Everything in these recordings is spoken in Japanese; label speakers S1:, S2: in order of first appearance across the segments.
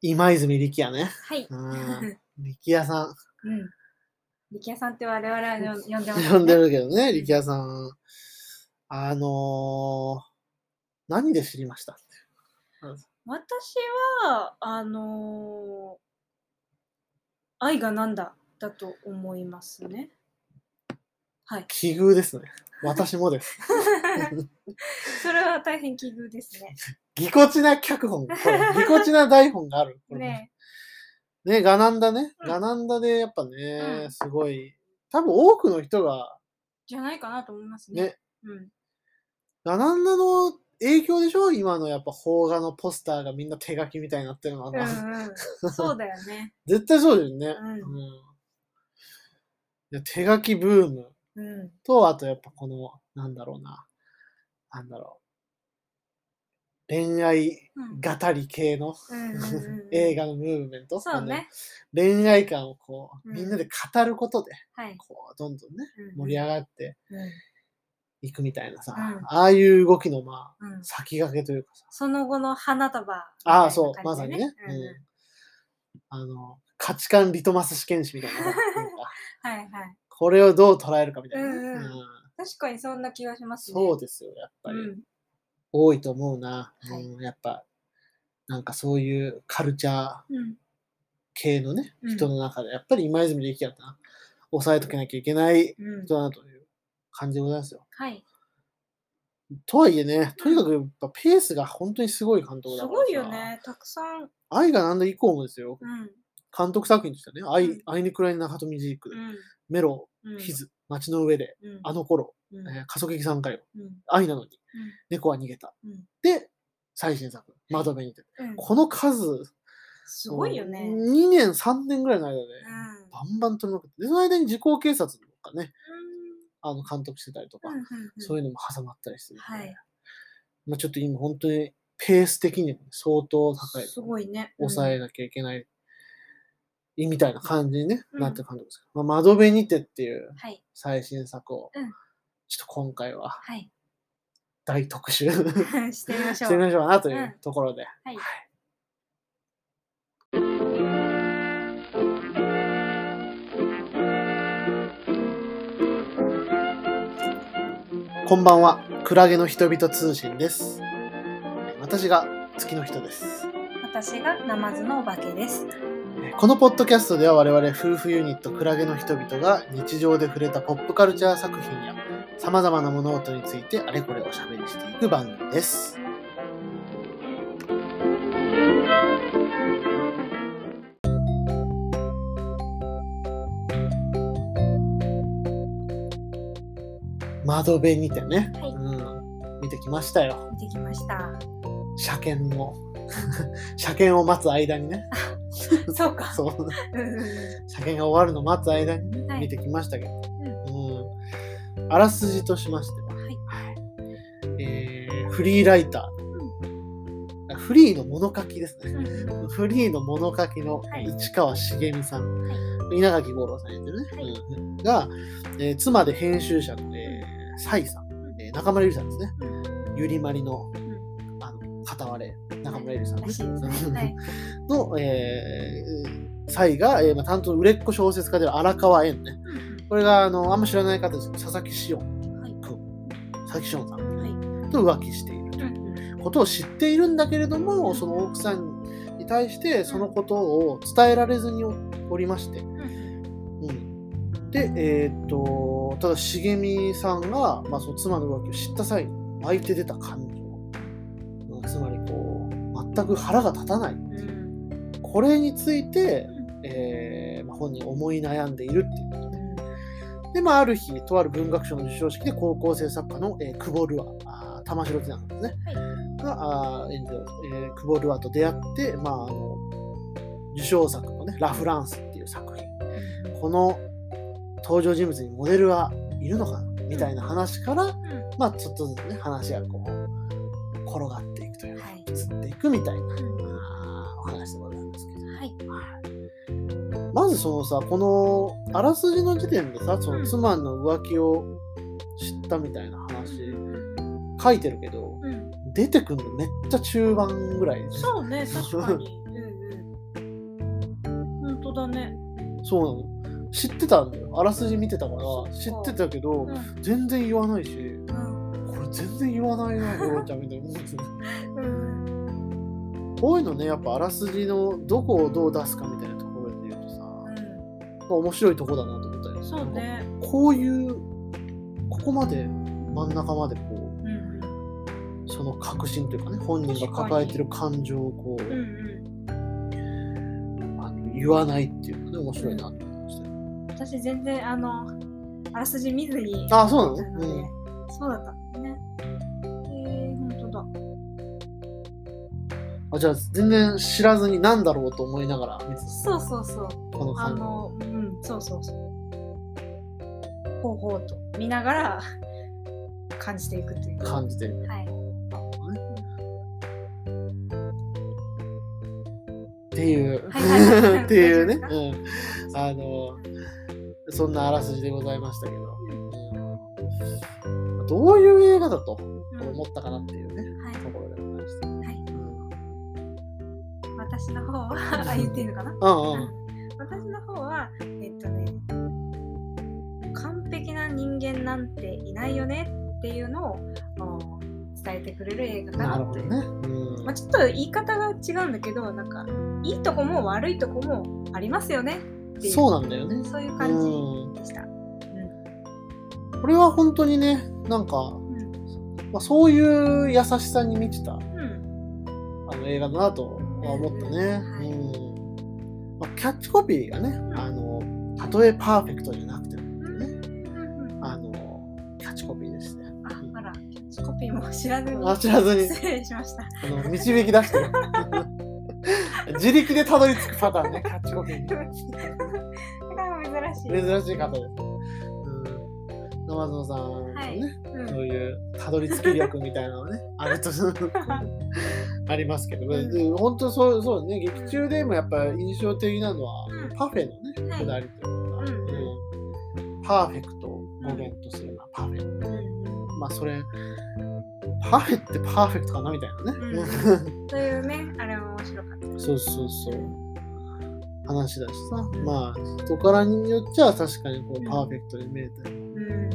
S1: 今泉力也ね。
S2: はい。
S1: う
S2: うんん。
S1: 力也さん。
S2: 力也さんって我々はよ呼んでます、ね。
S1: 呼んでるけどね、力也さん。あのー、何で知りました
S2: 私は、あのー愛がなんだだと思いますね。はい。
S1: 奇遇ですね。私もです。
S2: それは大変奇遇ですね。
S1: ぎこちな脚本。これ ぎこちな台本がある。これ
S2: ね
S1: ね、ガナンダね。
S2: うん
S1: ガナンダでやっぱね、
S2: うん
S1: すごい、多分多くの人が、
S2: じゃないかなと思いますね。
S1: ね、
S2: うん。
S1: ガナンダの影響でしょ今のやっぱ邦画のポスターがみんな手書きみたいになってるのは
S2: う
S1: な、
S2: んうん。そうだよね。
S1: 絶対そうだよね。
S2: うん
S1: んいや手書きブーム
S2: うん。
S1: と、あとやっぱこの、なんだろうな、なんだろう、恋愛
S2: うん
S1: 語り系の
S2: うんうんうん、
S1: 映画のムーブメント、
S2: そうね。
S1: あの恋愛観をこう、
S2: うん
S1: みんなで語ることで、
S2: はい。
S1: こう、どんどんね、
S2: うん
S1: 盛り上がって、
S2: うん
S1: 行くみたいなさ、
S2: うん
S1: ああいう動きのまあ
S2: うん、
S1: 先駆けというかさ、
S2: その後の花束みた
S1: あ
S2: いな感じでね、
S1: あそう、まさにね、
S2: うん
S1: うんあの価値観リトマス試験紙みたいなさなんか
S2: はいはい。
S1: これをどう捉えるかみたいなね、
S2: うんうん確かにそんな気がしますね。
S1: そう
S2: で
S1: ですよやっぱり、
S2: うん。
S1: 多いと思うな、
S2: はい
S1: うん、やっぱなんかそういうカルチャー
S2: うん。
S1: 系のね、
S2: うん
S1: 人の中でやっぱり今泉力也ってな抑えとけなきゃいけない
S2: うん
S1: 人だなという感じでございますよ。
S2: はい。
S1: とはいえねとにかくやっぱペースが本当にすごい監督だ
S2: す
S1: からさ
S2: ごいよね。たくさん。
S1: 愛がなんだ以降もですよ、
S2: うん。
S1: 監督作品としてはね、愛
S2: うん
S1: アイネクライナ・ハトミジーク、
S2: うん。
S1: メロ、
S2: うん
S1: ヒズ、街の上で、
S2: うん。
S1: あの頃、
S2: うん、
S1: えー加速劇3回、
S2: うん。
S1: 愛なのに、
S2: うん
S1: 猫は逃げた。
S2: うん
S1: で、最新作、窓辺にて。
S2: うん。
S1: この数、
S2: すごいよね。うん。
S1: 2年、3年ぐらいの間で、バンバン取りまくって、で、その間に時効警察とかね、あの監督してたりとか、
S2: うんうんうん
S1: そういうのも挟まったりして、
S2: はい
S1: まあ、ちょっと今、本当にペース的にも相当高い。
S2: すごいね。うん
S1: 抑えなきゃいけない、みたいな感じに、ね
S2: うん
S1: なってる監督ですけど、まあ、窓辺にてっていう
S2: はい。
S1: 最新作を、
S2: うん
S1: ちょっと今回は
S2: はい。
S1: 大特集して
S2: してみましょ
S1: み
S2: う。
S1: ま しょうかなとい
S2: うん
S1: うところで、
S2: はい。
S1: こんばんはクラゲの人々通信です私が月の人です
S2: 私がナマズのお化けです。
S1: このポッドキャストでは我々夫婦ユニットクラゲの人々が日常で触れたポップカルチャー作品やさまざまな物事についてあれこれおしゃべりしていく番組です。窓辺にてね、
S2: はい
S1: うん、見てきましたよ
S2: 見てきました。
S1: 車検を 車検を待つ間にね
S2: そうか。
S1: そう
S2: うんう
S1: 車検が終わるのを待つ間に
S2: んうん。はい。
S1: 見てきましたけど、
S2: う
S1: うんあらすじとしましては、
S2: はい。
S1: えーフリーライター、フリーの物書きですね、
S2: うんうん
S1: フリーの物書きの
S2: はい
S1: 市川茂美さん、稲垣吾郎さんやってるね、
S2: はい
S1: うんが、えー妻で編集者の、えー、サイさん、えー中村ゆりさんですね、ゆりまりのあの片割れ中村ゆりさん
S2: ら
S1: ね
S2: しいですね。はい。
S1: の、えー、サイが、えーまあ、担当の売れっ子小説家である荒川園ね、これがあのあんま知らない方ですけど佐々木紫音
S2: はい。
S1: 佐々木紫音さん
S2: はい。
S1: と浮気している
S2: うんうん
S1: ことを知っているんだけれどもその奥さんに対してそのことを伝えられずにおりまして、
S2: うん
S1: うん、でえーっとただ茂美さんが、まあ、その妻の浮気を知った際に湧いて出た感情、うんつまりこう全く腹が立たない
S2: うん
S1: これについて、えーまあ、本人思い悩んでいるっていうで、まあ、ある日、とある文学賞の授賞式で高校生作家の、えー久保ルア、あー玉城ティナさんですね、
S2: はい
S1: があー演じる、えー久保ルアと出会って、まあ、あの受賞作のね、ラ・フランスっていう作品、この登場人物にモデルはいるのかなみたいな話から、
S2: うんうん
S1: まあ、ちょっとずつね、話がこう、転がっていくというか、
S2: はい
S1: 移っていくみたいな
S2: うん
S1: あーお話でございますけど。
S2: はい。
S1: まずそのさこのあらすじの時点でさその妻の浮気を知ったみたいな話書いてるけど
S2: うん
S1: 出てくるのめっちゃ中盤ぐらい
S2: そうね、確かに。うんうんだね。
S1: そうなの知ってたんだよあらすじ見てたから知ってたけど、
S2: うん
S1: 全然言わないし
S2: うん
S1: これ全然言わないなゴロちゃんみたいな思ってた
S2: うん
S1: こういうのねやっぱあらすじのどこをどう出すかみたいなところで言うとさ、
S2: う
S1: まあ、面白いとこだなと思ったり
S2: んそうね。
S1: こういうここまで真ん中までこ
S2: うんうん
S1: うその確信というかね本人が抱えてる感情をこう、
S2: うんうん。
S1: あの言わないっていうのね面白いなと思いましたよ、
S2: 私全然あのあらすじ見ずに。
S1: あそう
S2: そ
S1: な
S2: う
S1: の、う
S2: だね
S1: ん
S2: そうだったんだね。えー、本
S1: あ
S2: 当だ。
S1: じゃあ全然知らずに何だろうと思いながら見て
S2: そうそうそう。
S1: たこの
S2: あ
S1: 感じ
S2: の、うん、そうそうそう。ほうほうと見なが ら感じていくという。は
S1: 感じ てる
S2: い。
S1: っていう、
S2: はいはいはい
S1: っていうね
S2: 大、
S1: うん、あのそんなあらすじでございましたけど、うんどういう映画だと
S2: うん
S1: 思ったかなっていうね
S2: はい
S1: ところでございました。
S2: はい
S1: うん
S2: 私の方はあ言っていいのかな
S1: うんうん
S2: 私の方はえっとね完璧な人間なんていないよねっていうのをあの伝えてくれる映画か
S1: なる
S2: な
S1: ほ
S2: と
S1: ど
S2: いう、
S1: ね。うん
S2: まあ、ちょっと言い方が違うんだけどなんかいいとこも悪いとこもありますよねっていう
S1: そうなんだよね。
S2: そういう
S1: う
S2: 感
S1: ん
S2: じでした、うん
S1: これは本当にね、なんか、まあ、そういう優しさに満ちたあ
S2: うん
S1: の映画だなとは思ったね。
S2: うん
S1: うんまあ、キャッチコピーがね、
S2: ん
S1: あのたとえパーフェクトじゃなくても
S2: うん
S1: ね
S2: うんうん
S1: あのキャッチコピーですね。
S2: ああらキャッチコピーも知らずに
S1: あ知らずに
S2: 失礼しました
S1: あの導き出してる 自力でたどり着くパターンね、キャッチコピ ーに。
S2: 珍しい、
S1: 珍しい方です。うん、生園さんのね、
S2: はいうん
S1: そういうたどり着き力みたいな のね、あるとありますけど、
S2: うん
S1: うん本当そうそうね、劇中でもやっぱ印象的なのは、パフェのね、
S2: はい
S1: くだりというか、
S2: うん
S1: うんパーフェクトを語源とする、まあ、パフェ。
S2: うん
S1: まあそれ、パフェってパーフェクトかなみたいなね。
S2: というね、あれは面白かった。
S1: そうそうそう。話だしさ、まあ人からによっちゃ確かにこ
S2: うん
S1: うパーフェクトに見えたり
S2: うん。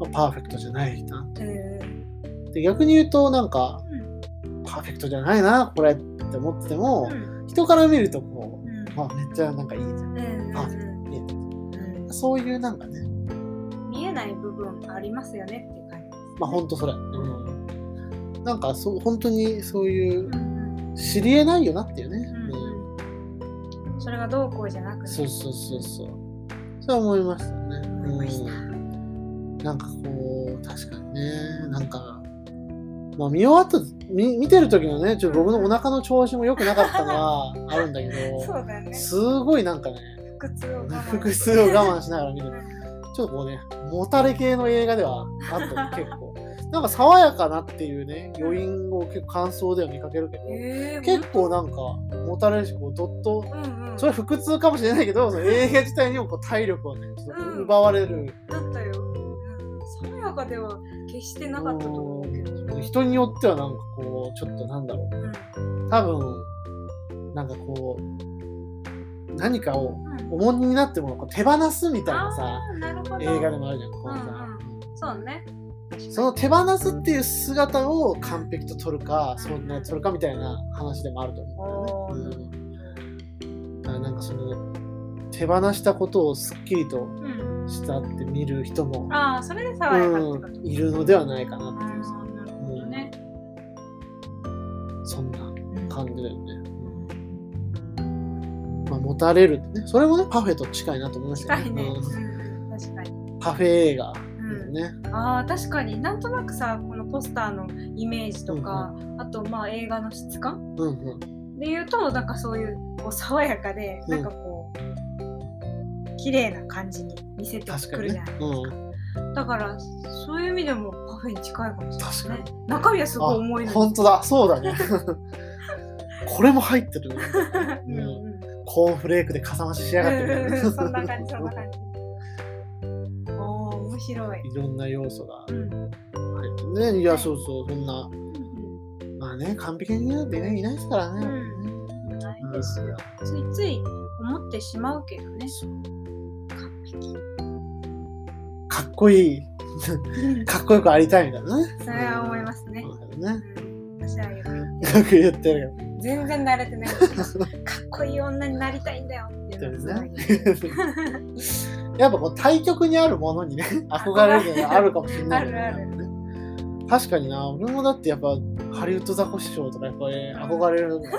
S1: まあパーフェクトじゃないな。
S2: うん。
S1: で逆に言うとなんか
S2: うん
S1: パーフェクトじゃないなこれって思ってても、
S2: うん
S1: 人から見るとこ
S2: うん
S1: う、まあ、めっちゃなんかいいじゃん。
S2: うん
S1: あ
S2: うん
S1: 見えてる
S2: う
S1: そういうなんかね、
S2: ん見えない部分ありますよねっていう感じです。
S1: まあほんとそれ。うんなんかそう本当にそういう
S2: うん
S1: 知りえないよなっていうね。
S2: うん
S1: うん
S2: うんそれがどうこうじゃなくて。
S1: そうそうそうそう。そう思いましたね。
S2: 思いました
S1: うんなんかこう、確かにね、なんか、まあ見終わった、見見てる時のね、ちょっと僕のお腹の調子も良くなかったのはあるんだけ
S2: そ
S1: ど、
S2: うだよね。
S1: すごいなんかね、
S2: 腹痛を我慢
S1: 複数を我慢しながら見てる。ちょっとこうね、もたれ系の映画ではあったね、結 構。なんか爽やかなっていうね、余韻を結構感想では見かけるけど、
S2: えー
S1: 結構なんか、もたれるし、こう、どっと
S2: うんうん。
S1: それは腹痛かもしれないけど、その映画自体にもこう体力をね、ちょっと
S2: うん
S1: 奪われる、
S2: だったよ。うん爽やかでは決してなかったと思うけど。
S1: 人によってはなんかこう、ちょっとなんだろ
S2: うん
S1: う、多分、なんかこう、何かを
S2: うん
S1: 重荷になってもこう手放すみたいなさ、
S2: あーなるほど。
S1: 映画でもあるじゃん、こうさ。
S2: そうね。
S1: その手放すっていう姿を完璧と取るか、
S2: ん
S1: そんな取るかみたいな話でもあると思うんだよね。うん、だからなんかその手放したことをすっきりと
S2: うん。
S1: したって見る人も
S2: ああ、それで爽やかってこと。
S1: いるのではないかな
S2: あ
S1: っていうさ
S2: ーなるほどね。
S1: そんな
S2: うん
S1: 感じだよね。まあ、持たれるってね、それもね、パフェと近いなと思いました
S2: 近い
S1: よ
S2: ね。
S1: ね。
S2: う
S1: うん
S2: ん確かに。
S1: パフェ映画
S2: う
S1: ね。
S2: ん、ああ、確かになんとなくさ、このポスターのイメージとか、あとまあ映画の質感
S1: うんうん。
S2: で言うと、なんかそういうこう爽やかで、
S1: う
S2: なんんかこう、綺麗な感じに見せて
S1: 確か
S2: くる
S1: に
S2: じゃ
S1: ね
S2: ない。
S1: うん。
S2: だから、そういう意味でもパフェに近いかもし
S1: 確
S2: れ
S1: か
S2: ない
S1: に
S2: ね。。中身はすごい重い
S1: あ
S2: の
S1: 本当だ、そうだね。 これも入ってるね。
S2: に。うんうん
S1: コーンフレークでかさ増ししやがってるね
S2: うんそんな感じ、そんな 感じ。おお、面白い。
S1: いろんな要素が
S2: うん。
S1: 入ってるね。いや、そうそう、そんな。まあね、完璧になんてねいないですからね。
S2: うんないですよ
S1: う
S2: ついつい思ってしまうけどね。完璧。
S1: かっこいい、かっこよくありたいみたいなね。
S2: それは思いますね。
S1: そうだよね。
S2: うん私はよく
S1: よく言ってる
S2: 全然慣れてないんだけどかっこいい女になりたいんだよっていうのはすごい
S1: けどね。やっぱこう対極にあるもの にね、憧れるのがあるかもしれないよね。
S2: あるある
S1: 確かにな、俺もだってやっぱハリウッドザコシショウとかやっぱり憧れるのがね、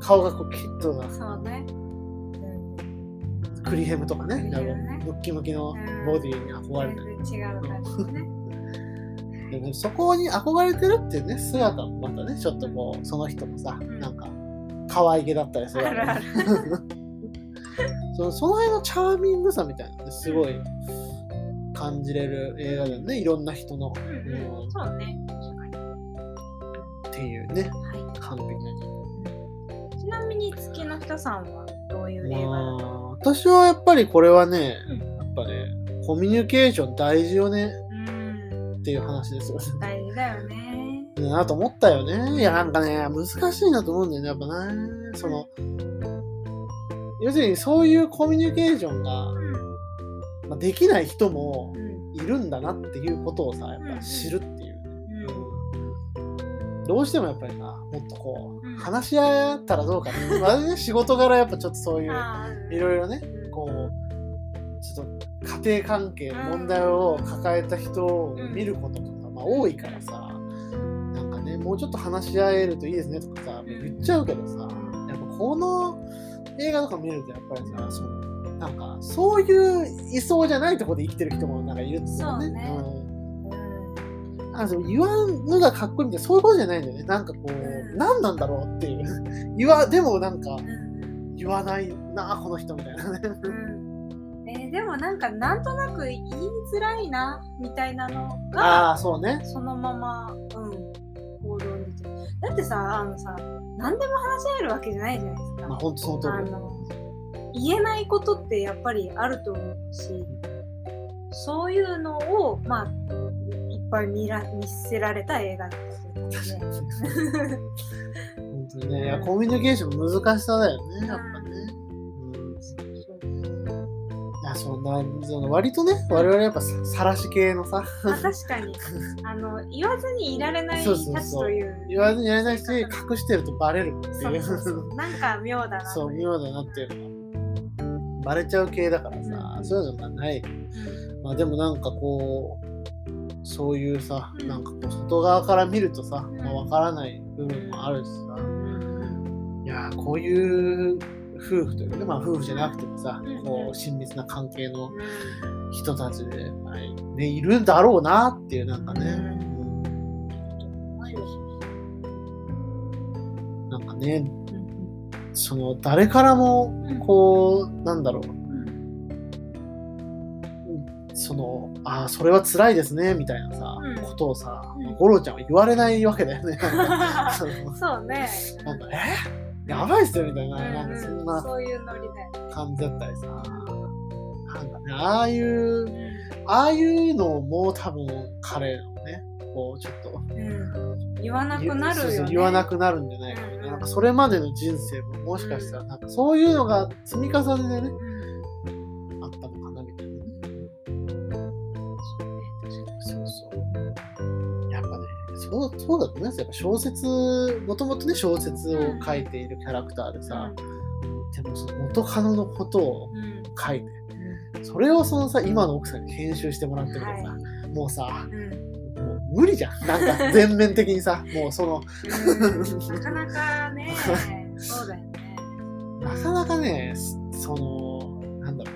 S1: 顔がこうキッとな
S2: そうね。うん
S1: クリヘムとかね、
S2: クリ
S1: な
S2: ヘ
S1: ん
S2: ムね
S1: かムッキムキのボディに憧れ
S2: 全
S1: る。
S2: 然違う感じね。
S1: でもそこに憧れてるっていうね、姿もまたね、ちょっとこう、その人もさ、
S2: ん
S1: なんか可愛げだったりするわ
S2: あ
S1: けね
S2: るある。
S1: そのその辺のチャーミングさみたいなねすごい感じれる映画だよねいろんな人の
S2: う
S1: うん
S2: うん、
S1: ん
S2: そうね。確かに。
S1: っていうね
S2: は
S1: 完璧なね
S2: い。ちなみに月の人さんはどういう映画だ
S1: ま
S2: と
S1: あ私はやっぱりこれはね
S2: うん
S1: やっぱねコミュニケーション大事よね
S2: うん、
S1: っていう話ですよね
S2: 大事だよね。
S1: なと思ったよねいやなんかね難しいなと思うんだよねやっぱねその要するにそういうコミュニケーションが
S2: うん、
S1: まあできない人も
S2: うん、
S1: いるんだなっていうことをさやっぱ知るっていう
S2: うん。
S1: どうしてもやっぱりなもっとこ
S2: うん
S1: う話し合ったらどうかな、まあね、仕事柄やっぱちょっとそういう
S2: ああ
S1: いろいろね
S2: うん
S1: こうちょっと家庭関係の問題を抱えた人を見ることとか、まあ、多いからさなんかねもうちょっと話し合えるといいですねとかさ
S2: うん
S1: 言っちゃうけどさやっぱこの映画とか見るとやっぱりさそのなんかそういういそうじゃないところで生きてる人もなんかいるっていか
S2: そうね
S1: うん
S2: うん
S1: あの言わんのがかっこいいみたいなそういうことじゃないんだよねなんかこう、
S2: うん
S1: 何なんだろうっていう 言わでもなんか
S2: うん
S1: 言わないなこの人みたいなね
S2: うんえーでもなんかなんとなく言いづらいなみたいなのが
S1: ああそうね
S2: そのまま、うん、行動に出てるだってさあのさ何でも話し合えるわけじゃないじゃないですか、
S1: まあ本当その通
S2: あ
S1: り
S2: の言えないことってやっぱりあると思うしそういうのをまあいっぱい見ら見せられた映画だったんですよね。
S1: 本当にねいやコミュニケーション難しさだよねやっぱね、うん、いやそんなその割とね我々やっぱささらし系のさ
S2: まあ確かにあの言わずにいられない
S1: そう
S2: た
S1: そうそう
S2: ちという
S1: 言わずにやれないし隠してるとバレるって
S2: そ
S1: いうう
S2: そうそうなんか妙だな
S1: そう
S2: とい
S1: 妙だなっていうのはバレちゃう系だからさ、
S2: うん
S1: そういうのがないまあでもなんかこうそういうさ、
S2: うん
S1: なんかこう外側から見るとさ、
S2: ん
S1: まあ、分からない部分もあるしさ、
S2: うん
S1: いやーこういう夫婦というかね、まあ、夫婦じゃなくてもさ、
S2: うん
S1: こう親密な関係の人たちで、はいね、いるんだろうなっていうなんかね、うんなんかねその誰からも
S2: うん
S1: こうなんだろう
S2: うん
S1: そのああそれは辛いですねみたいなさ、
S2: うん
S1: ことをさ、
S2: うん
S1: 五郎ちゃんは言われないわけだよ ね。 その
S2: そうね
S1: なんか、えやばいっすよみたいな、
S2: う
S1: なん
S2: ん
S1: かそん
S2: うん
S1: な
S2: そういうノリだよ
S1: 感じだったりさ、なんかね、ああいう、
S2: ね
S1: ああいうのも多分彼のね、こうちょっと、
S2: うん言わなくなるよ
S1: そう
S2: ね
S1: そう言わなくなるんじゃないかな、なんかそれまでの人生ももしかしたら、なんかそういうのが積み重ねでね、
S2: うん
S1: あったのかなみたいなね。
S2: そうね確かに
S1: そうそう。やっぱね、そうそうだと思いますよやっぱ小説、もともとね、小説を書いているキャラクターでさ、でもその元カノのことを
S2: うんうん
S1: 書いて、それをそのさ、今の奥さんに編集してもらってるからさ、
S2: は
S1: もうさ、
S2: いうん
S1: もう無理じゃん。なん か全面的にさ、もうその、
S2: うんなかなかねそうだよね
S1: なかなかね、その、なんだろう。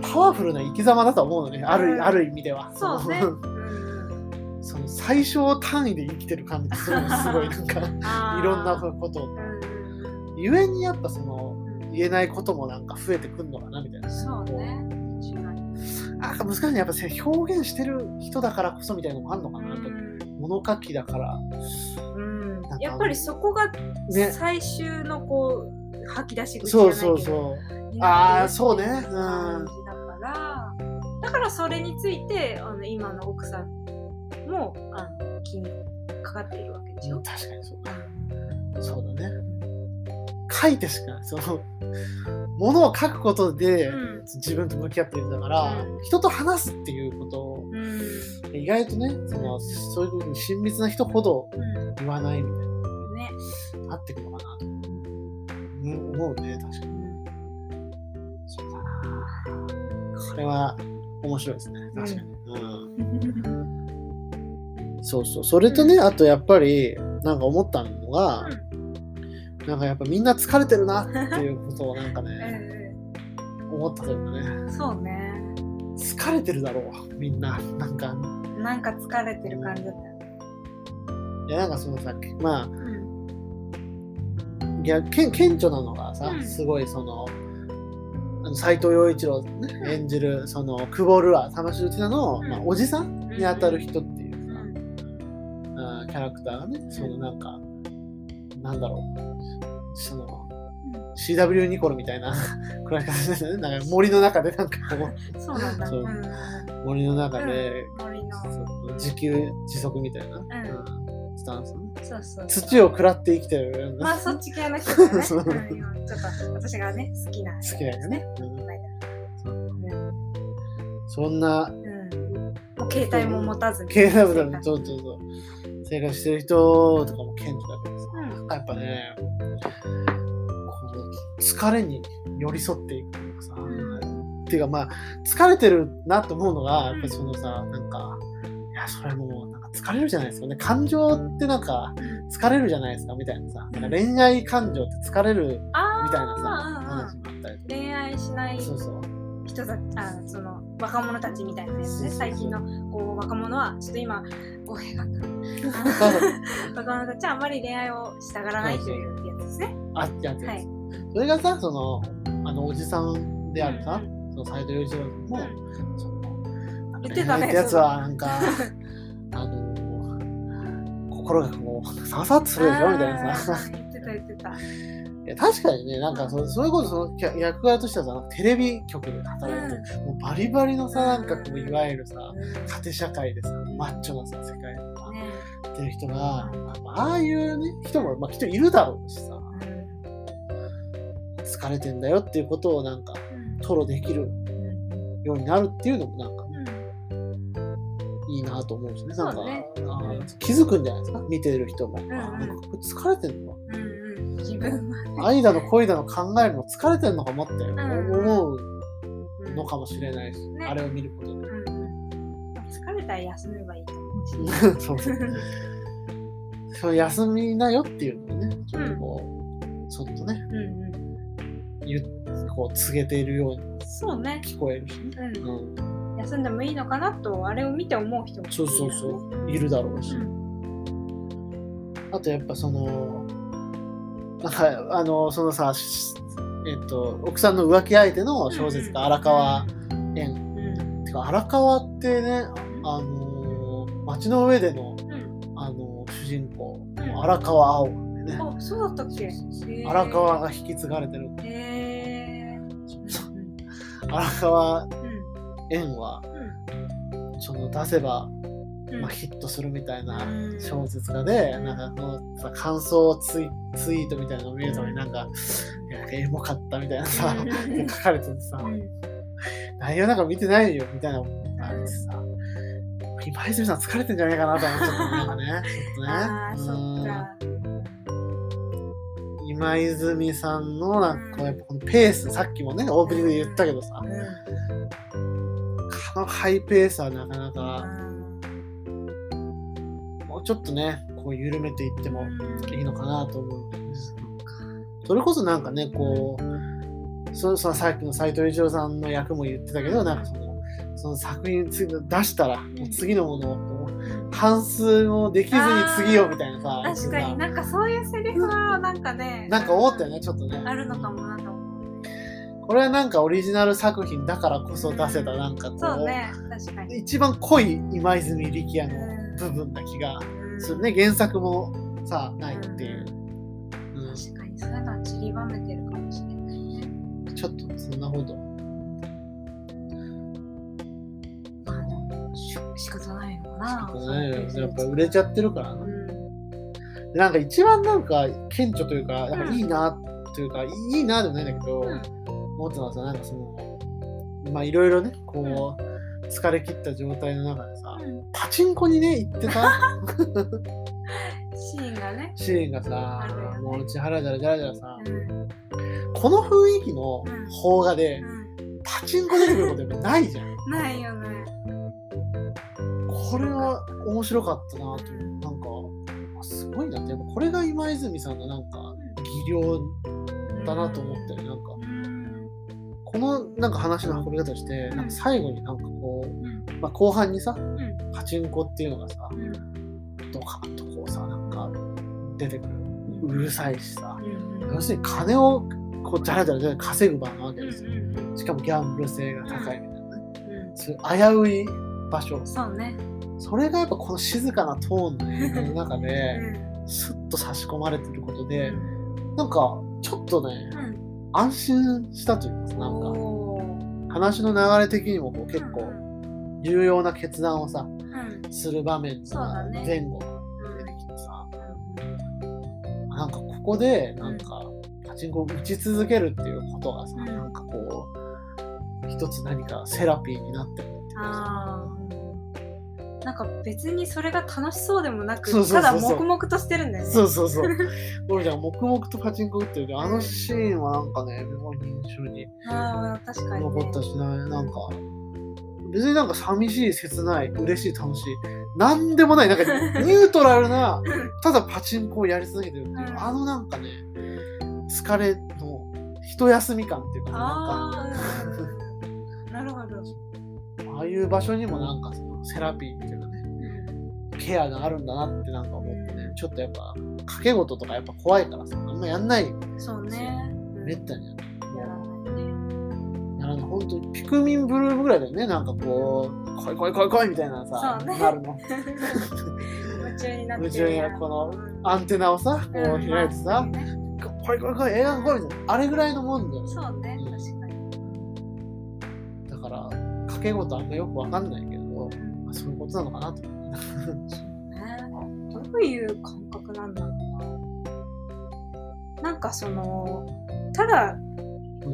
S1: パワフルな生き様だと思うのね、ある,、
S2: うん
S1: ある意味では。
S2: そうね
S1: その
S2: うん
S1: その最小単位で生きてる感じがするのすごい、なんか、
S2: あー
S1: いろんなことを
S2: う。ん
S1: ゆえにやっぱその、
S2: うん
S1: 言えないこともなんか増えてくんのかなみたいな。
S2: そうね確かに
S1: あ難しいね。やっぱせ表現してる人だからこそみたいなのもあんのかな。やっぱ物書きだから。
S2: うん
S1: なんか
S2: やっぱりそこが
S1: ね。
S2: 最終のこう吐き出し口じゃ
S1: そう
S2: ないけど
S1: そうそう。
S2: になってる
S1: あーそうねうん
S2: っていう感じだからだからそれについてあの今の奥さんもあの気にかかっているわけでしょ
S1: 確、かにそうか。そうだね。書いてしか、その、ものを書くことで、
S2: うん
S1: 自分と向き合ってるんだから、
S2: うん
S1: 人と話すっていうこと
S2: うん
S1: 意外とねそのそういうふうに親密な人ほど
S2: う
S1: 言わないみたい
S2: んね
S1: になってくのかなとうん思うね確かにそうだなこれは面白いですね確かに、うんそうそうそれとね、あとやっぱりなんか思ったのが、なんかやっぱみんな疲れてるなっていうことをなんか
S2: う
S1: ね
S2: ん
S1: 思ったというかね
S2: うんそうね
S1: 疲れてるだろうみんななんか
S2: なんか疲れてる感じだったよね
S1: いやなんかそのさまあ
S2: うん
S1: いやけん顕著なのがさ、
S2: うん
S1: すごいその斎藤洋一郎、ね演じるその久保ルアー玉城ティナの、
S2: うん
S1: まあ、おじさんに当たる人っていううさ、
S2: ん
S1: あーキャラクターがねそのなんか、なんだろうその CW ニコルみたいな 暗い感じですよねなんか森の中でなんかこ
S2: そうなんだ
S1: そう
S2: うん
S1: う森の中で、
S2: 森の
S1: そう自給自足みたいな、うんスタンスね
S2: そうそうそう
S1: 土を食らって生きてるような
S2: ま あそっち系の人だよね。
S1: そう
S2: うんちょっと私がね好きな
S1: 好きだよね。うん
S2: うん
S1: そんな
S2: うんもう携帯も持たずに。
S1: 経済部だね、そうそうそう。生活してる人とかも顕著だけどさ、
S2: う
S1: なん
S2: ん
S1: かやっぱね、こう疲れに寄り添っていくというかさ、
S2: ん
S1: っていうかまあ、疲れてるなと思うのが、
S2: う
S1: や
S2: ん
S1: っぱりそのさ、なんか、いや、それもうなんか疲れるじゃないですかね。感情ってなんか
S2: うん
S1: 疲れるじゃないですか、みたいなさ。なんか恋愛感情って疲れるみたいなさ、
S2: あ
S1: 話もあったりと
S2: ー恋愛しない
S1: か。そうそう。
S2: 人たちあその若者たちみたいなやつね
S1: そうそうそう
S2: 最近のこう若者はちょっと今語弊があった
S1: そうそう
S2: 若者たちはあまり恋愛をしたがらないというやつですね。
S1: あってやってるん
S2: は
S1: です
S2: い。
S1: それがさそのあのおじさんであるさ、
S2: う
S1: その斎藤洋一郎も、その
S2: 言ってたね
S1: 恋愛やつはなん かあの心がこうさわさわっとするでしょみたいな
S2: あ
S1: さ
S2: ー言ってた言ってた。
S1: いや確かにねなんかそそれこそその役役柄としてはさテレビ局で働いてる、もうバリバリのさなんかこういわゆるさ縦社会でさマッチョなさ世界でさ
S2: ね
S1: やってる人が、まあ、ああいうね人も、まあ、きっといるだろうしさ疲れてんだよっていうことをなんか吐露できる
S2: うん
S1: ようになるっていうのもなんか
S2: うん
S1: いいなと思うしね。
S2: そ
S1: な
S2: うん
S1: か、
S2: ね
S1: あー気づくんじゃないですか見てる人も。
S2: ん
S1: あーなんかこれ疲れてんのか
S2: うんうん自分は
S1: 愛だの恋だの考えるの疲れてんのかもって
S2: ん
S1: 思うのかもしれないし、
S2: ね
S1: あれを見ること で。
S2: うんまあ疲れたら休めばいいと思うし。
S1: そうそう休みなよっていうのをね、ちょっとこう、そっとね、
S2: うんうん
S1: 言うこう告げているように
S2: そうね。
S1: 聞こえるしね。
S2: う
S1: うん、
S2: ん。休んでもいいのかなと、あれを見て思う人もいる
S1: そ
S2: よ
S1: う
S2: ね
S1: そうそう、いるだろうし。
S2: うん
S1: あとやっぱその、なんかあの、そのさ、しえっと、奥さんの浮気相手の小説家、荒川園。
S2: うん
S1: てか、荒川ってね、あのー、街の上での、
S2: うん
S1: あのー、主人公、
S2: ん
S1: 荒川青なんでね、
S2: あ、そうだったっけ
S1: 荒川。が引き継がれてる。
S2: へえ。
S1: 荒川
S2: うん
S1: 園は、その出せば、まあ、ヒットするみたいな
S2: うん
S1: 小説家で、なんかそのさ感想ツイツイートみたいなのを見るためになんか、いやエモかったみたいなさ、
S2: うん
S1: で書かれててさ、
S2: うん
S1: 内容なんか見てないよみたいなのがあってさ、今泉さん疲れてんじゃないかなと思っちゃったなんかね、
S2: ああ、
S1: ちょっ
S2: そ
S1: と
S2: っ
S1: ね。
S2: か。
S1: うん今泉さんのなんかこうやっぱこのペース、さっきもね、オープニングで言ったけどさ
S2: う、ん
S1: このハイペースはなかなか、
S2: あ
S1: もうちょっとね、こう緩めていって
S2: ー
S1: も
S2: うん
S1: いいのかなと思うんだよね。それこそなんかね、こう、そそのさっきの斎藤一郎さんの役も言ってたけど、なんかその、その作品次の出したら、もう次のものをこう半数もできずに次をみたいなさ
S2: 確かになんかそういうセリフはなんかね
S1: なんか思ったよねちょっとね
S2: あるのかもなと思う
S1: これはなんかオリジナル作品だからこそ出せたなんかこう
S2: そうね確かに
S1: 一番濃い今泉力也の
S2: う
S1: 部分な気が
S2: ん
S1: するね原作もさないっていう、う
S2: 確かにそういうのは散りばめてるかもしれない
S1: ん、ちょっとそんなこと
S2: まあでもし仕方ないのかな
S1: ないよやっぱ売れちゃってるから
S2: う
S1: な、な
S2: ん
S1: んか一番なんか顕著というかやっぱいいなというか、いいなでもないんだけど、
S2: うん
S1: 思ってますよなんかそのまあいろいろねこう疲れ切った状態の中でさ
S2: うん
S1: パチンコにね行って た
S2: シーンがね。
S1: シーンが
S2: あるよ
S1: さ
S2: ね
S1: もううちハラジャラジャラジャラさ
S2: うん
S1: この雰囲気の邦画で
S2: う
S1: パチンコ出てくることやっぱないじゃん
S2: ん、ないよね。
S1: これは面白かったなと思うなんかあすごいなってやっぱこれが今泉さんのなんか技量だなと思ったりなんか
S2: うん。
S1: このなんか話の運び方してなんか最後になんかこう
S2: うん。
S1: まあ、後半にさ、
S2: ん
S1: パチンコっていうのがさ
S2: うん。
S1: ドカッとこうさなんか出てくるうるさいしさ
S2: うん。うん。
S1: 要するに金をこうジャラジャラジャラ稼ぐ場なわけ
S2: う
S1: ですよ、
S2: ん。
S1: しかもギャンブル性が高いみたいなね
S2: う
S1: そういう危うい場所
S2: ん。そうね。
S1: それがやっぱこの静かなトーンの映画の中
S2: う
S1: で
S2: ん。
S1: スッと差し込まれてることでなんかちょっとね
S2: うん。
S1: 安心したというかさなんか
S2: お
S1: 話の流れ的にもこう
S2: ー
S1: 結構重要な決断をさ
S2: うん。うん。
S1: する場面
S2: そうだ
S1: が
S2: ね
S1: 前後出てきてさ、なんかここでなんかパチンコを打ち続けるっていうことがさ、
S2: うん
S1: なんかこう一つ何かセラピーになってるっていうかさ
S2: ああ。なんか別にそれが楽しそうでもなく
S1: そうそうそうそう
S2: ただ黙々としてるんだよね。
S1: そうそうそう 俺じゃん黙々とパチンコ打ってるけどあのシーンはなんかね妙に印象に
S2: ああ確かに、ね。
S1: 残ったしな,、なんか別になんか寂しい切ない嬉しい楽しいなんでもない なんかニュートラルなただパチンコをやり続けてるっていう、
S2: うん
S1: あのなんかね疲れの一休み感っていうかなんか
S2: ああ。なるほど。
S1: ああいう場所にもなんかそのセラピーみたいなねケアがあるんだなってなんか思ってねちょっとやっぱ掛け事とかやっぱ怖いからさあんまやんない
S2: そうね。うん
S1: めったにや
S2: やらないね。
S1: らない本当にピクミンブルームぐらいだよねなんかこう「来い来い来い来い」みたいなさ、
S2: そうね
S1: なるの
S2: 夢中になって
S1: 夢中になるこのアンテナをさこう開いてさ「来い来い来い映画来い」みたいなあれぐらいのもんだよね
S2: そうね、確かに。
S1: だから掛け事あんまよくわかんないけど、まあ、そういうことなのかなと思って
S2: ね、どういう感覚なんだろうな。なんかその、ただ、
S1: うん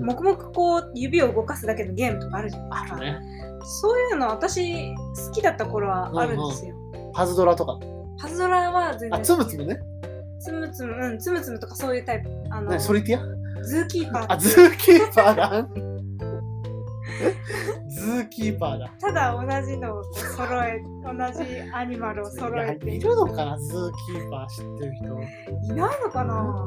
S2: 黙々こう指を動かすだけのゲームとかあるじゃない
S1: あ
S2: ですか。
S1: るね
S2: そういうの私、好きだった頃はあるんですよ。
S1: パズドラとか
S2: パズドラは全然
S1: あつむつむね
S2: つむつむうんつむつむとかそういうタイプあの
S1: 何ソリティア
S2: ズーキーパー
S1: あズーキーパー だズーキーパーだ
S2: ただ同じのを揃え同じアニマルを揃えて
S1: い
S2: い
S1: るのかなズーキーパー知ってる人
S2: ないのかな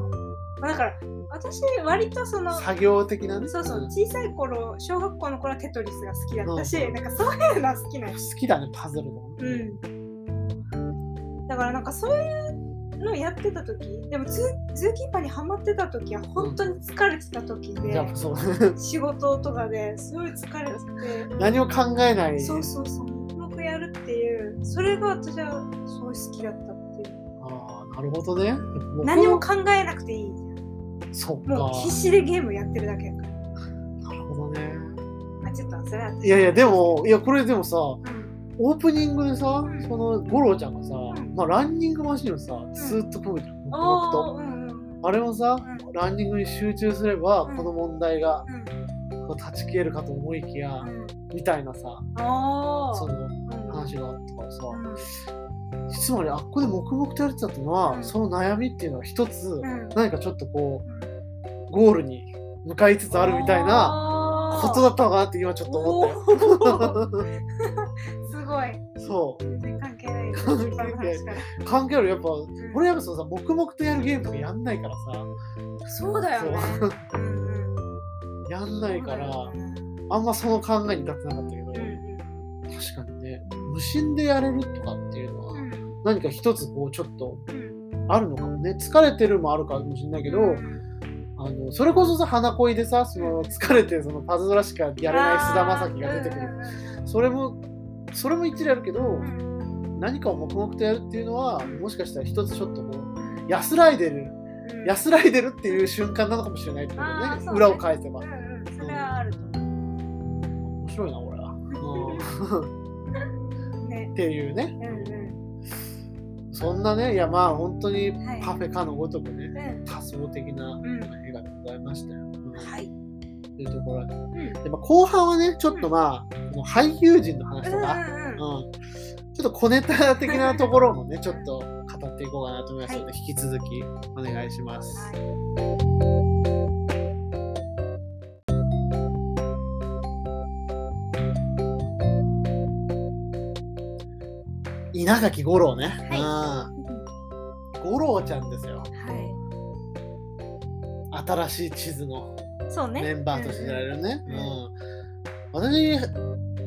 S2: だから私割とその
S1: 作業的なね
S2: そうそ
S1: う
S2: う
S1: ん
S2: 小さい頃小学校の頃はテトリスが好きだったし、
S1: うん
S2: なんかそういうのは好きなんです
S1: 好きだねパズルも
S2: うんだからなんかそういうのやってた時でもズズーキーパーにハマってた時は本当に疲れてた時で、
S1: やっぱそう
S2: 仕事とかですごい疲れてて
S1: 何も考えない
S2: そうそうそう、黙々やるっていう、それが私はすごい好きだったっていう。
S1: あーなるほどね僕
S2: 何も考えなくていいじ
S1: そっ
S2: ゃん。もう必
S1: か
S2: 死でゲームやってるだけやから。
S1: なるほどね
S2: あ、ちょっとそれは私。
S1: いやいやでもいやこれでもさ
S2: うん、
S1: オープニングでさ、
S2: ん
S1: その五郎ちゃんがさ、
S2: ん
S1: まあ、ランニングマシンをさ、ずーっとこぐじゃん、黙々
S2: あ
S1: と。
S2: ー、うんうん。
S1: あれもさ、
S2: う
S1: ランニングに集中すれば、
S2: うん
S1: この問題が
S2: うん
S1: こう断ち切れるかと思いきや、
S2: うん。
S1: みたいなさ、
S2: ああ。
S1: その
S2: うん
S1: 話があったからさ、
S2: うん
S1: つまりあっこで黙々とやれてたっていうのは、
S2: うん
S1: その悩みっていうのは一つ、
S2: うん
S1: 何かちょっとこう、ゴールに向かいつつあるみたいな
S2: あー
S1: ことだったのかなって今ちょっと思ったよ。
S2: おーすごい。
S1: そ
S2: 全然関係ない。
S1: 関係ない
S2: 一般の話から
S1: う、関係ある、やっぱ、
S2: うん
S1: 俺やっぱそのさ、黙々とやるゲームとかやんないからさ、
S2: そうだよね。うんうん
S1: やんないか
S2: そ
S1: ら
S2: うだ、よね
S1: あんまその考えに至ってなかったけど、
S2: うん
S1: 確かにね、無心でやれるとかっていうのは、
S2: うんうん
S1: 何か一つこうちょっと
S2: うん
S1: あるのかもね。疲れてるもあるかもしれないけど、
S2: うん
S1: あの、それこそさ、花恋でさ、その疲れてそのパズドラしかやれない菅田将暉が出てく
S2: う
S1: る。
S2: んうん
S1: それも、それも一理あるけど、
S2: うん
S1: 何かを黙々とやるっていうのは、
S2: うん
S1: もしかしたら一つちょっとこう、安らいでる、
S2: うん
S1: 安らいでるっていう瞬間なのかもしれないってこと
S2: あ
S1: ね
S2: ーそうね
S1: 裏を返せば
S2: う。んうんそれはあると思
S1: 面白いな、俺は。うんっ
S2: うね。
S1: ていうね。
S2: うんう
S1: そんなね、いやまあ本当に
S2: はい
S1: パフェかのごとくね、
S2: ん。
S1: 多層的な
S2: うん。
S1: 映画でございましたよ。うん
S2: はい。
S1: っていうところで
S2: うん
S1: で、まあ、後半はねちょっとまあ、この俳優陣の話とか、
S2: うんうん
S1: うん、ちょっと小ネタ的なところもね、ちょっと語っていこうかなと思いますので、引き続きお願いします。稲垣吾郎ね。
S2: は
S1: うん吾郎ちゃんですよ。
S2: は
S1: 新しい地図の
S2: い。そうね。
S1: メンバーとして知られるね。
S2: う
S1: うんん私、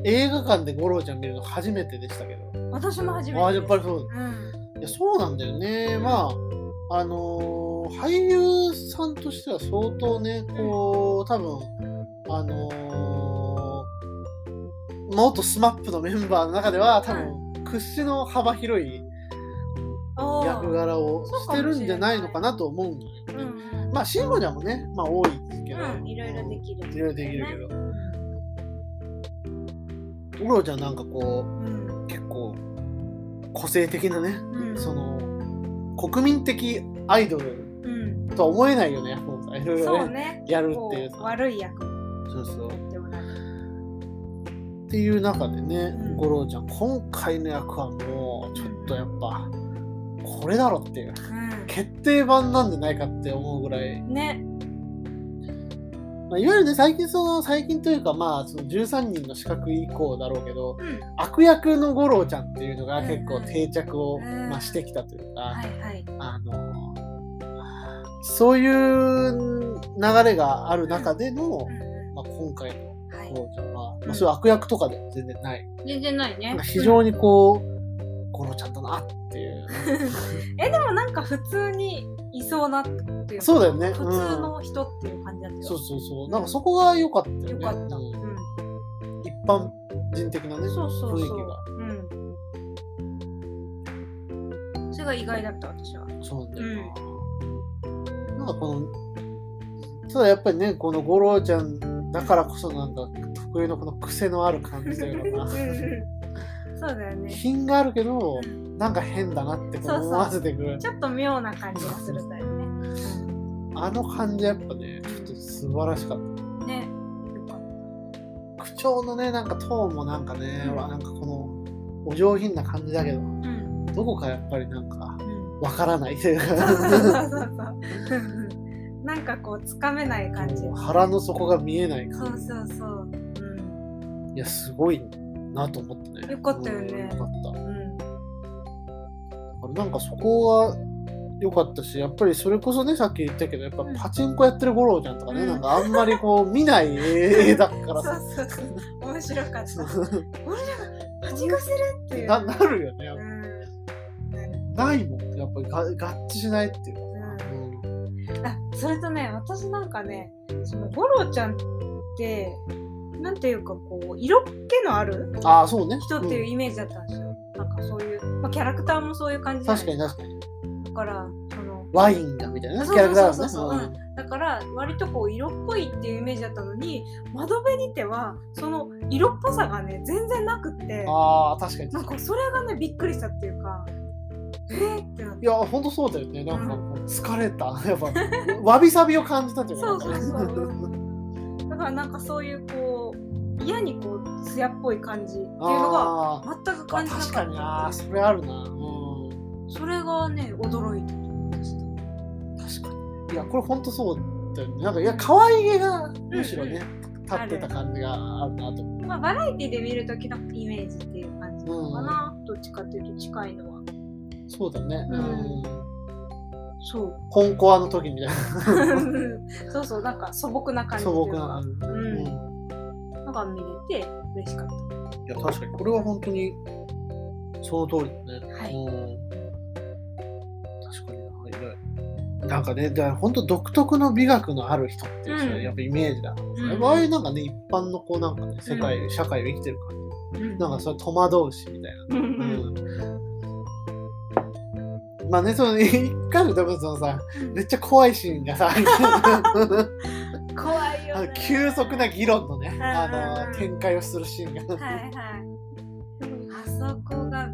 S1: 映画館で吾郎ちゃん見るの初めてでしたけど。
S2: うん私も初めて。
S1: ああ、やっぱりそう。
S2: うん。
S1: いやそうなんだよね、まああのー俳優さんとしては相当ねこう多分あのー元スマップのメンバーの中では多分屈指の幅広い
S2: おー
S1: 役柄をしてるんじゃないのかなと思うんだ
S2: う
S1: よ
S2: ん
S1: ね。
S2: うん。
S1: まあ慎吾ちゃんもね、まあ、多いですけど、
S2: うんいろいろできる。
S1: いろいろできるけど小黒ちゃんなんかこ
S2: うん。
S1: う結構個性的なね、
S2: うん
S1: その国民的アイドル
S2: うん。
S1: とは思えないよね、もういろい
S2: そ
S1: ろ
S2: う
S1: ね、
S2: ね。
S1: やる
S2: こ
S1: っていう
S2: う
S1: さ。
S2: 悪い役も
S1: そうそう。
S2: でもなく。
S1: っていう中でね
S2: うん、
S1: 五郎ちゃん、今回の役はもう、ちょっとやっぱ、これだろっていう、決定版なんじゃないかって思うぐらい、
S2: うん。ね。
S1: まあ、いわゆるね、最近その、最近というか、まあ、その13人の資格以降だろうけど、
S2: うん。
S1: 悪役の五郎ちゃんっていうのが
S2: うん
S1: 結構定着を、
S2: うん
S1: まあ、してきたというか、
S2: はいはい。
S1: あの、そういう流れがある中での
S2: う、んう
S1: まあ、今回の
S2: ん。は
S1: ゴロちゃんは、
S2: う
S1: ま
S2: ん
S1: あ、そういう悪役とかでは全然ない、
S2: い。全然ないね。
S1: 非常にこうゴロちゃんだなっていう
S2: えでもなんか普通にいそうなっていうか
S1: そうだよね
S2: 普通の人っていう感じだったよ、
S1: そうそうそうなんかそこが良かったよね
S2: よかった、
S1: う
S2: うんん、
S1: 一般人的なね
S2: そうそう
S1: 雰囲
S2: そ
S1: 気
S2: う
S1: が
S2: うんそれが意外だった私は
S1: そうなんだよな、なんかこのただやっぱりねこのゴロちゃんだからこそなんか特有のこの癖のある感じという のか
S2: うん
S1: な
S2: うんそうだよ ね
S1: 品があるけど
S2: う
S1: なんか変だなってこう
S2: そうそう
S1: 思わせてくる
S2: ちょっと妙な感じがするんだよね
S1: あの感じやっぱねちょっと素晴らしかった
S2: うんねよかっ
S1: 口調のねなんかトーンもなんかね、
S2: うん
S1: わなんかこのお上品な感じだけど
S2: たうん
S1: どこかやっぱりなんか
S2: うん
S1: わからないという
S2: そうそうそう
S1: か
S2: そううんなんかこうつかめない感じ
S1: もう腹の底が見えない
S2: そ
S1: 感
S2: う
S1: じ
S2: そうそううん
S1: いやすごいなと思ってね
S2: よかったよね
S1: うんよかった
S2: うん
S1: あれなんかそこが良かったしやっぱりそれこそねさっき言ったけどやっぱ
S2: うん
S1: パチンコやってる五郎ちゃんとかね、
S2: うん
S1: なんかあんまりこう見ない絵だから
S2: そ
S1: さ
S2: うそうそう面白かっ た
S1: そう
S2: 俺らが口がするっていう。
S1: ななるよねやっ
S2: う
S1: ぱ
S2: ん
S1: ないもんやっぱりが合致しないっていうかさ、うん
S2: あそれとね私なんかねそのゴロちゃんってなんていうかこう色気のある
S1: ああそうね
S2: 人っていうイメージだったんですよ。なんかそういう、まあ、キャラクターもそういう感
S1: うん
S2: じじゃない
S1: 確かに確かに
S2: だからその
S1: ワインだみたいな
S2: あ
S1: ね
S2: そ
S1: キ
S2: う
S1: ャラクター
S2: そう
S1: だ
S2: そうそう
S1: ね
S2: だから割とこう色っぽいっていうイメージだったのに窓辺にてはその色っぽさがね全然なくって
S1: うん。ああ確かに
S2: なんかそれがねびっくりしたっていうかえー、ってなって
S1: いやほんとそうだよねなんかこう疲れた やっぱわびさびを感じたというか
S2: そうそうそ
S1: ん
S2: う。 だからなんかそういうこう嫌にこう艶っぽい感じっていうのが
S1: あー
S2: 全く
S1: あ
S2: 感じな
S1: 確
S2: か
S1: かにな
S2: った。
S1: それあるなうん
S2: それがね驚いたと思いました。
S1: 確かにいやこれほんとそうだよねなんかいや可愛げがむしろね、立ってた感じがあるなと思
S2: まあバラエティで見る時のイメージっていう感じなのかな。どっちかっていうと近いのは。
S1: うそうだね
S2: う
S1: うんん
S2: そう。
S1: コンコアの時みたい
S2: そうそうなんか素朴な
S1: な
S2: 感じって
S1: 素
S2: いう
S1: 朴な
S2: の
S1: うんい
S2: がのが見れて嬉しかった。
S1: や確かにこれは本当にその通りだね
S2: はい
S1: うん確かになはいはいなんかね、だから本当独特の美学のある人っていうさ、
S2: うん
S1: やっぱイメージだからさ、
S2: うん
S1: やっぱああいうなんかね、一般のこうなんかね、世界、社会を生きてる感
S2: うん
S1: じ、なんかそれ戸惑うしみたいな。
S2: うんうん
S1: うんまあね、そのね一回の多分そのさ、
S2: うん
S1: めっちゃ怖いシーンが さ、あ
S2: 怖いよ
S1: の
S2: ね。
S1: 急速な議論のね、
S2: ん
S1: あの展開をするシーンが、
S2: はいはい。あそこが怖い。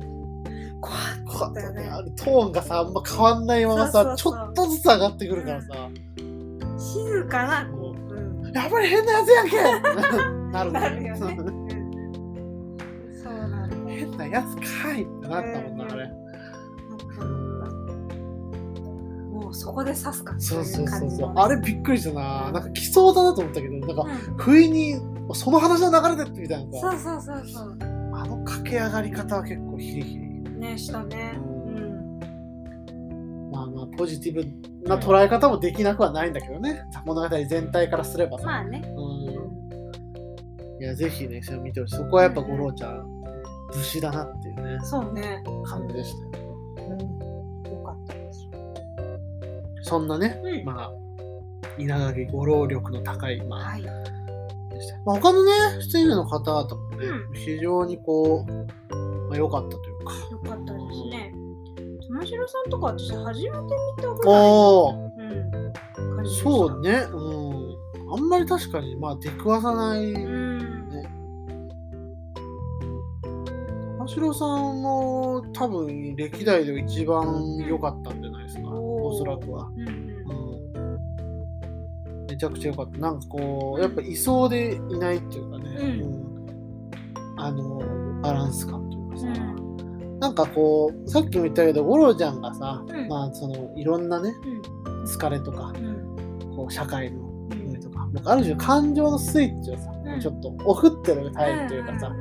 S1: こう
S2: だよね
S1: あのトーンがさ、あんま変わんないままさ、
S2: そうそうそう
S1: ちょっとずつ上がってくるからさ、
S2: 静かな、
S1: もう
S2: うん、
S1: やっぱり変なやつやんけなるんだ
S2: なるよね。そうなんだ。
S1: 変なやつかいってなったもんな、あれ。
S2: もうそこで刺すかって
S1: そう
S2: い
S1: そううそ
S2: 感
S1: う
S2: じ
S1: そう
S2: の。
S1: あれびっくりしたな。なんか来そうだなと思ったけど、なん
S2: う
S1: か
S2: ん
S1: 不意にその話の流れでってみたいな
S2: そ
S1: さ。
S2: うそうそうそう。
S1: あの駆け上がり方は結構ヒリヒリ。
S2: ね、したね。うん。
S1: まあまあポジティブな捉え方もできなくはないんだけどね。物語全体からすればさ。
S2: まあね。
S1: うんいや、ぜひね、それ見てほしい。そこはやっぱ五郎ちゃん、武士だなっていうね、
S2: そうね。
S1: 感じでしたよ。
S2: うん。よかったです。
S1: そんなね、
S2: うん
S1: まあ、稲垣五郎力の高い、まあ、
S2: はい。
S1: まあ他のね、出演者の方々もね、
S2: う
S1: 非常にこう、まあ、良かったというか。
S2: よかったですね。玉城さんとか私初めて見たぐらい。
S1: おー、
S2: うん。感じでした
S1: そう。ね、うん。あんまり確かに、まあ、出くわさない。
S2: うん。
S1: 真城さんも多分、歴代で一番良かったんじゃないですか、
S2: おー
S1: おそらくは。
S2: うんう
S1: う
S2: ん。
S1: んめちゃくちゃ良かった。なんかこう、やっぱいそうでいないっていうかね、
S2: うん
S1: うんあの、バランス感というかさ、なんかこう、さっきも言ったけど、五郎ちゃんがさ、
S2: うん
S1: まあその、いろんなね、
S2: うん
S1: 疲れとか、
S2: うん。
S1: こう、社会の
S2: うん
S1: 上とか、もうある種感情のスイッチをさ、
S2: うん
S1: ちょっとオフってるタイプというかさ
S2: ん、ん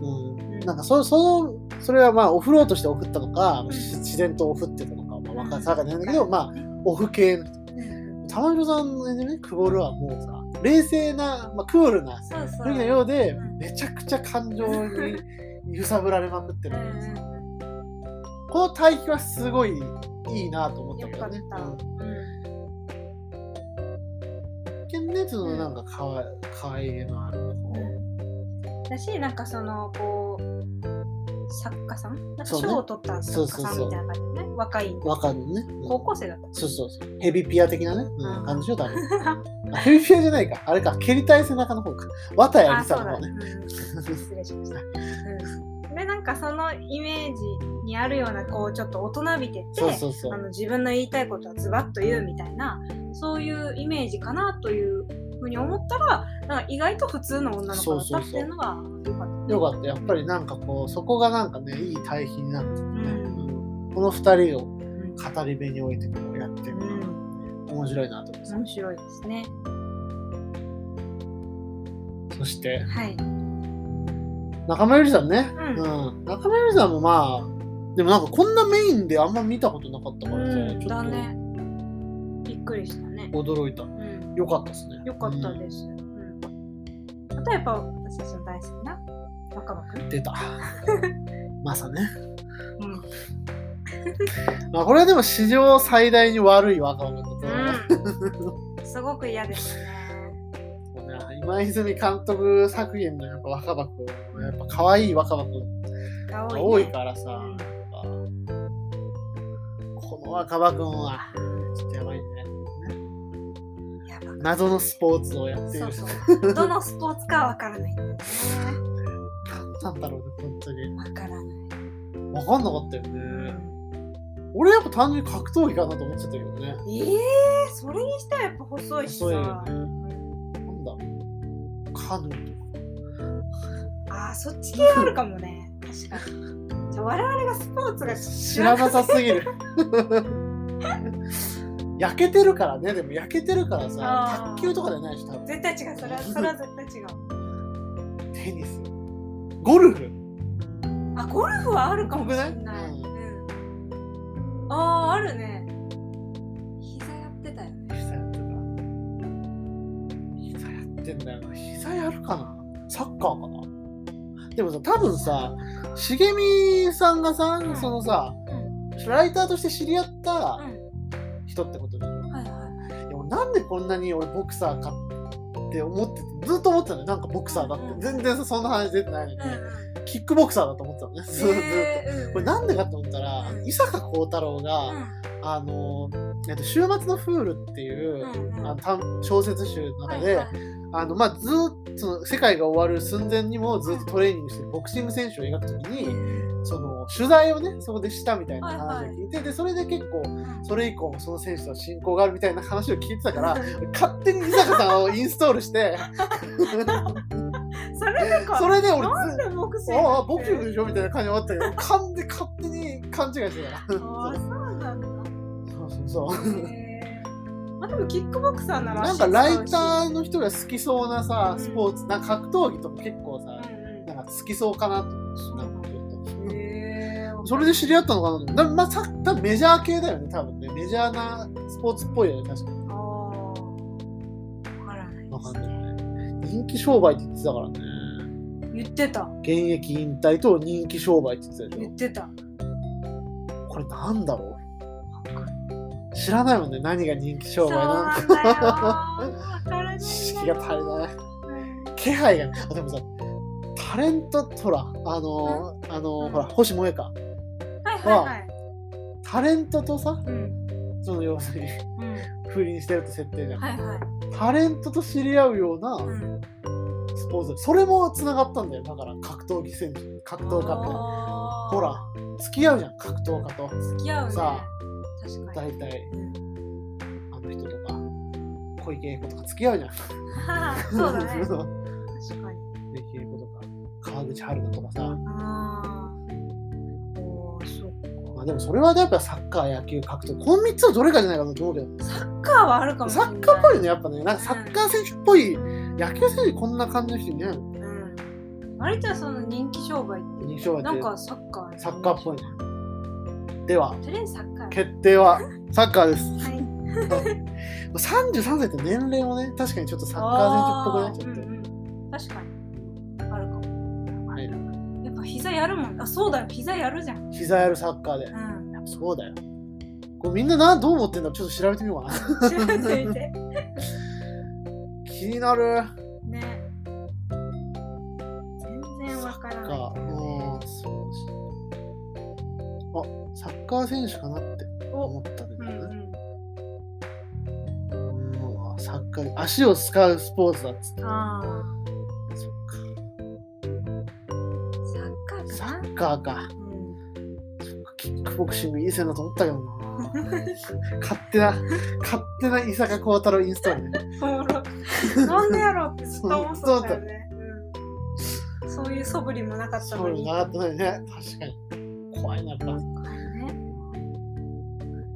S1: うん
S2: ん
S1: なんかそその、それはまあ、オフローとしてオフったのか、
S2: ん
S1: し自然とオフってたのか、まあ、わか
S2: うん
S1: 定かじゃないんだけど、まあ、オフ系の
S2: うん
S1: 玉城さんのね、クボルはもうさ、冷静な、まあ、クールな
S2: そうそう。
S1: 時のようで
S2: うん、
S1: めちゃくちゃ感情に揺さぶられまくってる。この対比はすごいいいなと思った
S2: よ
S1: け
S2: か
S1: ど
S2: った
S1: ね。。
S2: うん
S1: 一見ね、そのなんかかわかわいげのある子。
S2: だし、なんかその、こう、作家さんなんか
S1: そうね
S2: 賞を取った作家さんみたいな感じでね。若い、
S1: 若のね。うん
S2: 高校生だった。
S1: そうそうそう。ヘビピア的なね、うん
S2: うん
S1: 感じよ、多分。あヘビピアじゃないか。あれか、蹴りたい背中の方か。綿谷
S2: あ、
S1: りさ
S2: そう
S1: の
S2: だ
S1: 方ね。
S2: うん失礼しました。うんで、なんかそのイメージにあるような、こう、ちょっと大人びてて、
S1: そうそうそ
S2: あ
S1: う。
S2: の自分の言いたいことはズバッと言うみたいなそういうイメージかなというふうに思ったらなんか意外と普通の女の子だったっていうのが良かったね。
S1: よかった。やっぱりなんかこう、そこがなんかね、いい対比になってて
S2: う
S1: ね。
S2: ん
S1: この二人を
S2: うん
S1: 語り部に置いてこうやってる
S2: う
S1: のが
S2: ん
S1: 面白いなと思って、
S2: 面白いですね。
S1: そして
S2: はい。
S1: 中村ゆりさんね、
S2: うん
S1: うん中村ゆりさんもまあでもなんかこんなメインであんま見たことなかったからさ、
S2: うん、
S1: ちょ
S2: だ
S1: っ
S2: ね。びっくりしたね。
S1: と驚いた
S2: うん、
S1: よかったですね
S2: よかったです。うんあとやっぱ私たちの大好きな若葉くん。
S1: す 出たまさね、
S2: うん
S1: まあ、これはでも史上最大に悪い若者だと思
S2: うん、すごく嫌ですね。
S1: うね今泉監督作品のやっぱ若葉くんやっぱ可愛い若葉くん
S2: が
S1: が
S2: 多
S1: 多
S2: い、
S1: い
S2: ね。
S1: からさ、
S2: うん
S1: やっぱこの若葉くんはちょっとやばいね
S2: やばかっ
S1: 謎のスポーツをや
S2: た
S1: ってい
S2: そ
S1: る
S2: うそう。どのスポーツかはわからないんだよね。
S1: なんだろうね、本当に。
S2: わからない。
S1: わかんなかったよね。俺やっぱ単純に格闘技かなと思ってたけどね。
S2: ええそれにしてはやっぱ細いしさ。
S1: 細いよね。なんだカヌーと
S2: ああ、そっち系あるかもね。確かに。じゃあ我々がスポーツ
S1: か。
S2: が
S1: 知らなさすぎ る。焼けてるからね、でも焼けてるからさ
S2: あ、ー
S1: 卓球とかじゃないし、多分
S2: 絶対違う。それはそれは絶対違う。
S1: テニス。ゴルフ
S2: あ、ゴルフはあるかもしれない。
S1: 僕
S2: うんああ、あるね。膝やってたよね。
S1: 膝やってた。膝やってんだよな。膝やるかなサッカーかなでもさ、多分さ、茂みさんがさ、
S2: うん
S1: そのさ、
S2: うん。
S1: ライターとして知り合った
S2: う
S1: 人ってことでしょ
S2: ん。はいはい
S1: や俺なんでこんなに俺ボクサーかって思っててずっと思ってたのよなんかボクサーだ
S2: うん
S1: っ
S2: うん
S1: て全然さそんな話出てないのに、
S2: い。うんうん。
S1: キックボクサーだと思ってたのね、ずっと
S2: えーうん
S1: これなんでかと思ったら、あの伊坂幸太郎が、あのえっと「週末のフール」っていう、
S2: うんうん
S1: あの短小説集の中
S2: う
S1: で、
S2: んはいはい
S1: あのまあ、ずっとその世界が終わる寸前にもずっとトレーニングしてるボクシング選手を描くときに、
S2: うん
S1: その取材をねそこでしたみたいな話
S2: はい
S1: を
S2: はい
S1: 聞いて、でそれで結構それ以降もその選手と親交があるみたいな話を聞いてたから勝手に伊坂さんをインストールして
S2: それだから
S1: それで俺
S2: なん
S1: ず
S2: でボクシング
S1: ああボクシングでしょみたいな感じもあったけど勘で勝手に勘違いしてたから
S2: ああそうなんだ
S1: そうそうそう
S2: へえまあでもキックボクサーなら
S1: なん
S2: 足
S1: かライタ
S2: 使うし
S1: ーの人が好きそうなさスポーツなんか格闘技とか結構さ
S2: うん
S1: なんか好きそうかなと思うしなんかちょっと
S2: うんへえ
S1: それで知り合ったのかなと思うだまあ、さ多分メジャー系だよね、多分ね。メジャーなスポーツっぽいよね、確か
S2: ああ分からない
S1: に。わかん
S2: ですね
S1: ない。人気商売って言ってたからね。
S2: 言ってた
S1: 現役引退と人気商売って言ってたでし
S2: 言ってた
S1: ょ。これなんだろう知らないもんね、何が人気商売なの
S2: そうなんだよ
S1: か。
S2: わからないんだよ
S1: 知識が足りない。
S2: うん
S1: 気配があ、でもさ、タレント、ほら、あのー、あのー、ほら、星萌えか。
S2: はいはいはい
S1: タレントとさ、
S2: うん
S1: その要するに、
S2: うん
S1: 不倫してるって設定じゃん。
S2: はいはい
S1: タレントと知り合うような、
S2: うん
S1: スポーツそれもつながったんだよだから格闘技選手格闘家って
S2: あー
S1: ほら付き合うじゃん格闘家と
S2: 付き合うね
S1: さ
S2: 確か
S1: 大
S2: に
S1: 体
S2: うん
S1: あの人とか小池栄子とか付き合うじゃん
S2: はあそうだね。
S1: そ
S2: 確
S1: う
S2: かに。
S1: 小池栄子とか川口春奈とかさ、
S2: ああ。おお、そっ
S1: まあ、でもそれはやっぱサッカー野球格闘技この3つはどれかじゃないかなと思うけど
S2: か。サッカーはあるかもしれ
S1: サ
S2: ない。
S1: ッカーっぽいよねやっぱねなんかサッカー選手っぽい野球選手こんな感じの人いないもん
S2: うん。あれじゃその人気商売って。
S1: 人気商売って
S2: なんかサッカー。
S1: サッカーっぽいねでは
S2: とりあえずサッカー。
S1: 決定はサッカーです
S2: はい。
S1: 33歳って年齢もね確かにちょっとサッカー選手っぽく
S2: あ
S1: ね
S2: ーうんうん確かに。あるかも。
S1: ちょっと、はい
S2: やっぱ膝やるもん。あ、そうだよ。膝やるじゃん。
S1: 膝やるサッカーで。
S2: うん。
S1: そうだよ。これみんななどう思ってんだちょっと調べてみようかな。
S2: 調べてみて。
S1: 気になる。
S2: ね。全然わからない。
S1: か。うん、そうし。あ、サッカー選手かなって
S2: お。
S1: 思ったん
S2: う
S1: だ
S2: ん
S1: よ
S2: う
S1: ね。
S2: ん。
S1: うん、サッカー、足を使うスポーツだっつって。
S2: ああ。
S1: そっ
S2: サッカー
S1: か。
S2: か
S1: サ
S2: な。
S1: ッカーか。
S2: うん
S1: そっかキックボクシングいい線だと思ったけどな。勝手な、勝手な伊坂幸太郎インストールね。
S2: おもろ。 なんでやろうってずっと思ってたよね。うんそういう素振りもなかった
S1: そ
S2: の
S1: う
S2: に。
S1: なかったのにね。確かに。怖いな、やっぱ。
S2: ね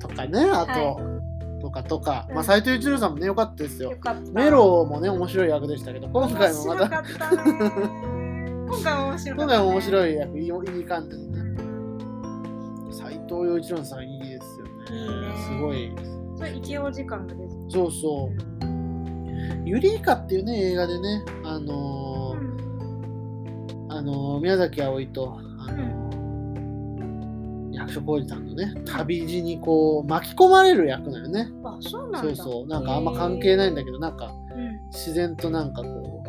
S1: とかね、あと、
S2: は
S1: とかとか、ま
S2: う
S1: あ、
S2: ん
S1: 斎藤一郎さんもね、良かったですよ
S2: よ。かった。
S1: メロもね、面白い役でしたけど、今回もま
S2: 面白
S1: た、
S2: かったね。今回も
S1: 今
S2: 面白かったね。
S1: 回も面
S2: い。
S1: 白い役、いいいい感じでね。斎藤洋一郎さん、いいですよね。
S2: いいね
S1: すごい。
S2: それ一応時間が出てる。
S1: そうそう。ユリイカっていうね、映画でね、あの
S2: う
S1: ー
S2: ん
S1: あのー宮崎あおいと、あのー役所広司さんのね、旅路にこう、巻き込まれる役なのね。
S2: あ、そうな
S1: そ
S2: んだ。
S1: うそう。なんかあんま関係ないんだけど、なんか、
S2: へー。うん
S1: 自然となんかこう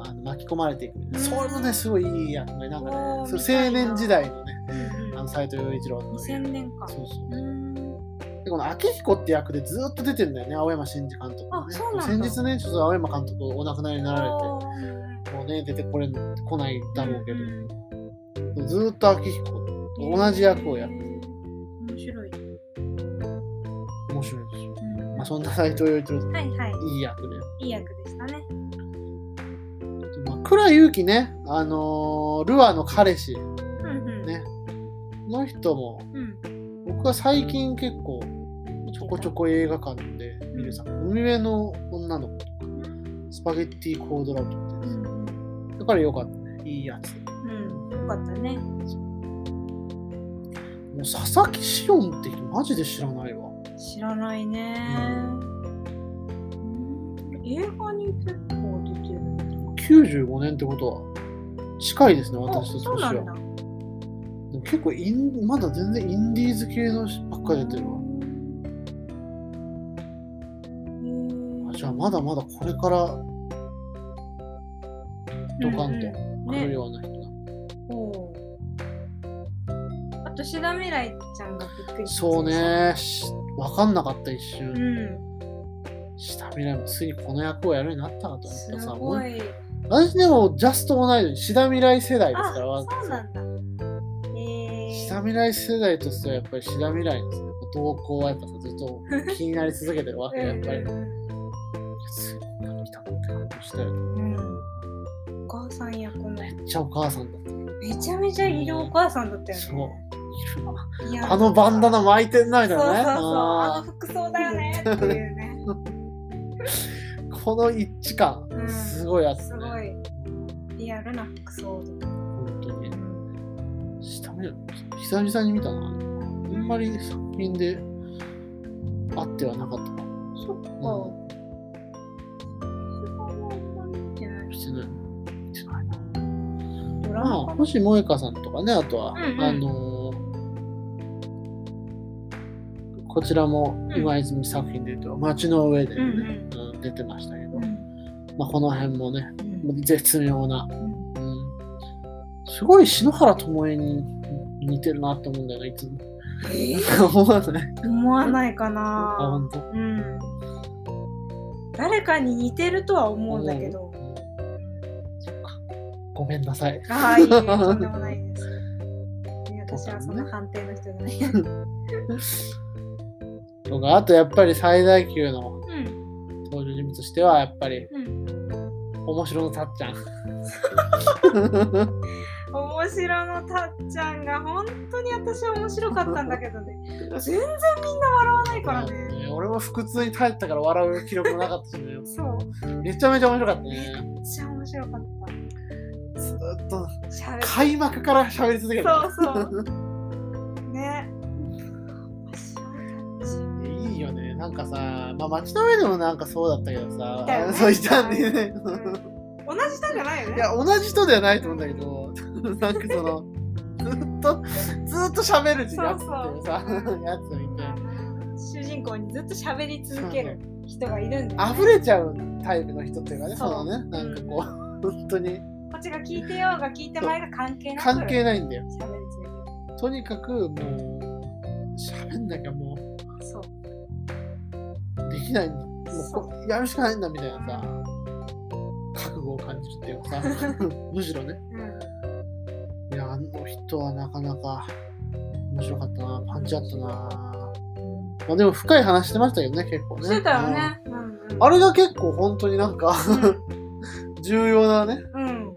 S1: あの巻き込まれていくみたいな、
S2: うん
S1: それもねすごいいい役目なんかね
S2: おー
S1: そう
S2: 見たい
S1: 青
S2: な
S1: 年時代のね
S2: う
S1: あ
S2: んう
S1: の
S2: ん
S1: 斎藤洋一郎の
S2: 2000年か。
S1: そうそううんでこの明彦って役でずっと出てんだよね青山真司監督のね、
S2: あそうなんだ
S1: 先日ねちょっと青山監督お亡くなりになられ
S2: お
S1: てもうね出てこれ来ないだろうけ
S2: ー
S1: ど、
S2: ん
S1: ずっと明彦と同じ役をやる
S2: 面白
S1: 面
S2: い。
S1: 白いですよ、
S2: うん
S1: まあ、そんな斎藤洋一郎さん
S2: はいはい。
S1: いい役で、
S2: いい役でしたね。
S1: まあ、倉優樹ねあのールアーの彼氏
S2: うんうん。
S1: ねの人も
S2: うん。
S1: 僕は最近結構ちょこちょこ映画館で見るさ、海辺の女の子とか、スパゲッティコードラブとか
S2: う
S1: ね、
S2: ん
S1: だからよかったね、いいやつ。
S2: うん。よかったね。
S1: もう佐々木紫音って人マジで知らないわ。
S2: 知らないね。うん映画に結構出てるね。
S1: 95年ってことは近いですね、
S2: あ、
S1: 私と
S2: そう
S1: 年
S2: な
S1: は。
S2: んだ。
S1: でも結構イン、まだ全然インディーズ系のばっかり出てるわ。あじゃあまだまだこれからドカンと来る
S2: ね。
S1: ような人だ、
S2: おうあと、志田未来ちゃんがびっくりした
S1: そう。ね、しわかんなかった一瞬。
S2: うん。
S1: 下未来もついにこの役をやるようになったなと思っ
S2: す
S1: たさ、も
S2: ご
S1: う
S2: い。
S1: 私でもジャストもないのに、志田未来世代です
S2: あ
S1: から、、
S2: そうなんだ。
S1: 下未来世代としてはやっぱり志田未来の動向はやっぱさずっ と気になり続けてるわけやっぱり。いやすごいな見たのって感じしたよね。
S2: うんうんお母さん役もめ
S1: めっちゃお母さんだった。い
S2: ちゃめちゃいいお母さんだったよね。
S1: そうるない
S2: や
S1: あのバンダナ巻いてんなみた
S2: そ
S1: いう
S2: そ
S1: な
S2: うそう。
S1: ね。
S2: あの
S1: あ
S2: 服装だよねっていうね。
S1: ーこの一致感
S2: う、ん
S1: すごいあったね。
S2: すごいリアルな服装で。
S1: 本当に。下見る久々に見たな。あんまり作品であってはなかったかも
S2: そっか。
S1: う
S2: 見てない
S1: してない。してないな
S2: ドラ
S1: ま
S2: マ
S1: あ、
S2: かな
S1: 星萌香さんとかね、あとは、
S2: うんうん
S1: あのーこちらも
S2: うん
S1: 今泉作品で言うと、街の上で、ね
S2: うん
S1: うん出てましたけど、
S2: うん
S1: まあ、この辺もね、
S2: うん
S1: 絶妙な、
S2: うん
S1: うんすごい篠原ともえに似てるなって思うんだよね、いつも。思わない
S2: 思わないか
S1: あ、
S2: な。
S1: 本当。
S2: うん。誰かに似てるとは思うんだけど。
S1: そっかごめんなさい。
S2: あ あ、いいえ、とんでもないです。ね私はその判定の人じゃない。
S1: とか、あとやっぱり最大級の
S2: うん。
S1: 登場人物としては、やっぱり
S2: うん。
S1: 面白のたっちゃん。
S2: 面白のたっちゃんが本当に私は面白かったんだけどね。全然みんな笑わないからね。
S1: うん俺も腹痛に耐えてたから笑う記録もなかったしね
S2: そう。
S1: めちゃめちゃ面白かったね
S2: めっちゃ面白かっ
S1: ずーっと
S2: た。しゃべ
S1: 開幕から喋り続けた
S2: そうそう。ね。面白い感
S1: いいよねなんかさまあ街の上でもなんかそうだったけどさ
S2: いたよね
S1: そういたんでね
S2: じ。うん同じ人じゃないよね。
S1: いや同じ人ではないと思うんだけどなんかそのずっとずーっと喋るやつっていうさ
S2: そうそう
S1: やつみたい
S2: 主人公にずっと喋り続ける人がいるんだ
S1: な
S2: よ、
S1: 溢れちゃうタイプの人っていうかね
S2: そ
S1: そうのねなんかこう本当に
S2: こっちが聞いてようが聞いてまいが関係なく
S1: 関係ないんだよ
S2: 喋り続け
S1: とにかくもう喋んなきゃもう
S2: る。そう。
S1: できないんだもうこうやるしかないんだみたいなさ覚悟を感じるっていう かさむしろね
S2: うん。
S1: いやあの人はなかなか面白かったなパンチあったなまあでも深い話してましたけどね結構ね
S2: してたよね。うんう
S1: うん
S2: ん、
S1: あれが結構本当になんか 重要なね
S2: うん。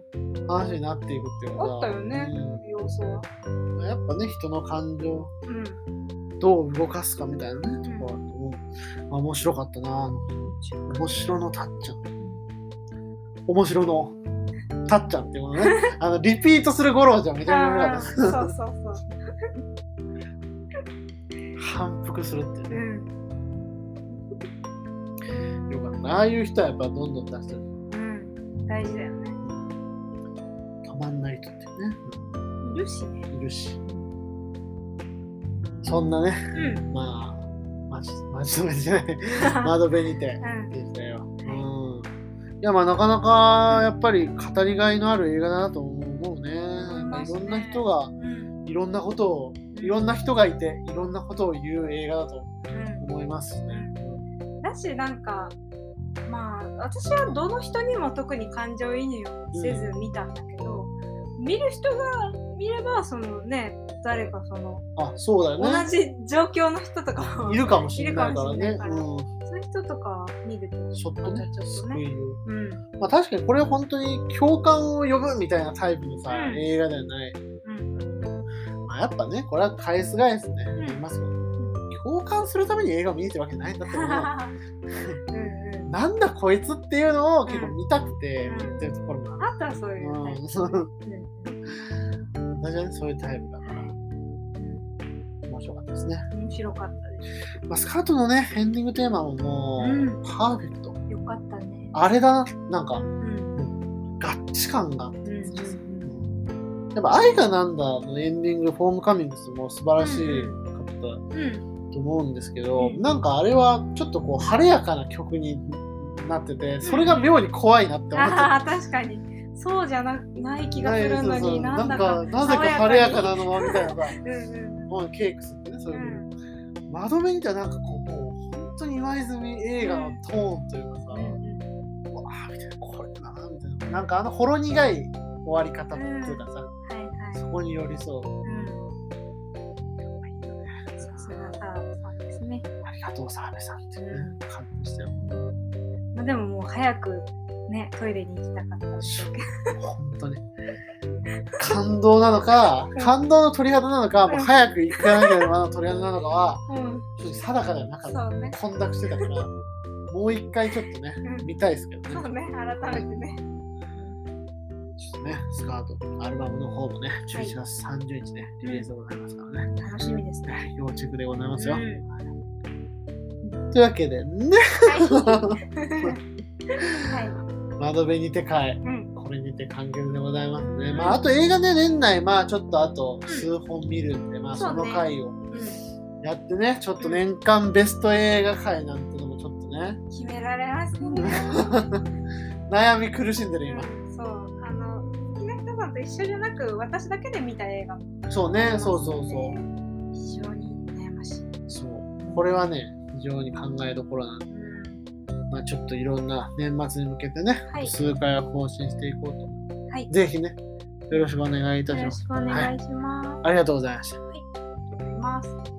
S1: 話になっていくっていうかさ
S2: あったよね、要素は。
S1: うんやっぱね人の感情を
S2: うん。
S1: どう動かすかみたいなねところだと思う、まあ、面白かったな面白のたっちゃん。面白のたっちゃんっていうものね。あの、リピートする五郎じゃんめちゃめちゃ良
S2: ああ、
S1: かっ
S2: そうそうそう。
S1: た。反復するっていう
S2: う
S1: ね。
S2: ん。
S1: よかったな。ああいう人はやっぱどんどん出してる。
S2: うん。大事だよね。
S1: たまんない人っていうね、
S2: いるしね。
S1: いるし。そんなね、
S2: うん。
S1: まあ、マジ、マジ止めじゃない。窓辺にて
S2: うん。
S1: でしたよ。うん。いや、まあ、なかなか、やっぱり語りがいのある映画だなと思うね。
S2: います
S1: い
S2: ね
S1: ろんな人が、
S2: うん。
S1: いろんなことをいろんな人がいていろんなことを言う映画だと思いますね。
S2: うん。だし、なんか、まあ、私はどの人にも特に感情移入をせず見たんだけど、見る人が見れば、そのね、誰かその、
S1: あそうだよ
S2: 同
S1: ね。
S2: じ状況の人とかも
S1: いるかもしれないから
S2: い
S1: ね
S2: る。か
S1: う
S2: も
S1: ん、
S2: そういう人とか見ると。
S1: ちょっとね
S2: またちょっと
S1: 救
S2: ね
S1: いを。
S2: うん。
S1: まあ確かにこれは本当に共感を呼ぶみたいなタイプのさ、
S2: うん
S1: 映画ではない。
S2: うん。
S1: まあ、やっぱねこれは返す返すね、
S2: ん
S1: 言いますけど、共感するために映画を見に行ってるわけないんだってことは
S2: うんうん。
S1: なんだこいつっていうのを結構見たくて
S2: うん
S1: 見てるところもある。
S2: あとはそういうタイ
S1: う
S2: プ
S1: ん、そう
S2: うん
S1: 私はねそういうタイプだから面白かったですね。
S2: 面白かったです。
S1: まあ、スカートのね、エンディングテーマももう、
S2: うん
S1: パーフェクト。
S2: よかったね。
S1: あれだな、なんか、
S2: うん。
S1: 合致感があって。
S2: うん
S1: うんやっぱ、愛がなんだのエンディング、フォームカミングスも素晴らしかっ
S2: うん。うん。
S1: たと思うんですけど、
S2: うん
S1: なんかあれはちょっとこう、晴れやかな曲になってて、それが妙に怖いなって思って
S2: ああ、確かに。そうじゃなない気がするのに、
S1: な
S2: なんん
S1: か
S2: だ、
S1: な
S2: か。
S1: ぜか晴れやか
S2: に。
S1: なのはみたいなさ、
S2: うんうん
S1: もうケークスってね、そう
S2: う。
S1: いうん窓辺にてはなんかこう、もう本当に今泉映画のトーンというかさ、
S2: うん
S1: わあみたいなこれだなみたいななんかあのほろ苦い終わり方っていうかさ、
S2: はいはい。
S1: そこに寄り添う
S2: うん
S1: 藤澤部さんっていうね
S2: う
S1: 感じでしたよ
S2: まあ、でももう早くね、トイレに行きたかったんでしょうけ
S1: 本当に感動なのか感動の鳥肌なのかもう早く行かなきゃならない鳥肌なのかは
S2: ど。うん。
S1: 正直定かではなかった
S2: そうね。
S1: 混濁してたからもう一回ちょっとね
S2: うん
S1: 見たいですけど
S2: そう
S1: ね
S2: ね、改めてね。
S1: ちょっとねスカートアルバムの方もね11月30日ねリリースでございますからね、
S2: 楽しみですね。
S1: 要チェックでございますよ、
S2: うん
S1: というわけでね
S2: はい。は
S1: 窓辺にて帰
S2: い。うん。
S1: これにて完結でございますね。まあ、あと映画ね、年内、まあ、ちょっとあと数本見るんで、まあ、
S2: そ
S1: そう
S2: ね
S1: の回を
S2: うん
S1: やってね、ちょっと年間ベスト映画回なんてのもちょっとね、
S2: 決められますね。
S1: 悩み苦しんでる
S2: そう。あの、好きな人さんと一緒じゃなく、私だけで見た映画も
S1: 今。そう
S2: あり
S1: ね、
S2: ます
S1: そ
S2: の
S1: うそうそ
S2: で非常に悩ましい。
S1: う。そう。これはね、非常に考えどころなんで、
S2: うん。
S1: まあ、ちょっといろんな年末に向けてね、
S2: はい。
S1: 数回は更新していこう
S2: はい
S1: と。。ぜひね、よろしくお願いいたし
S2: よろ
S1: ます。
S2: しくお願いします。
S1: ありがとうございました。
S2: あります。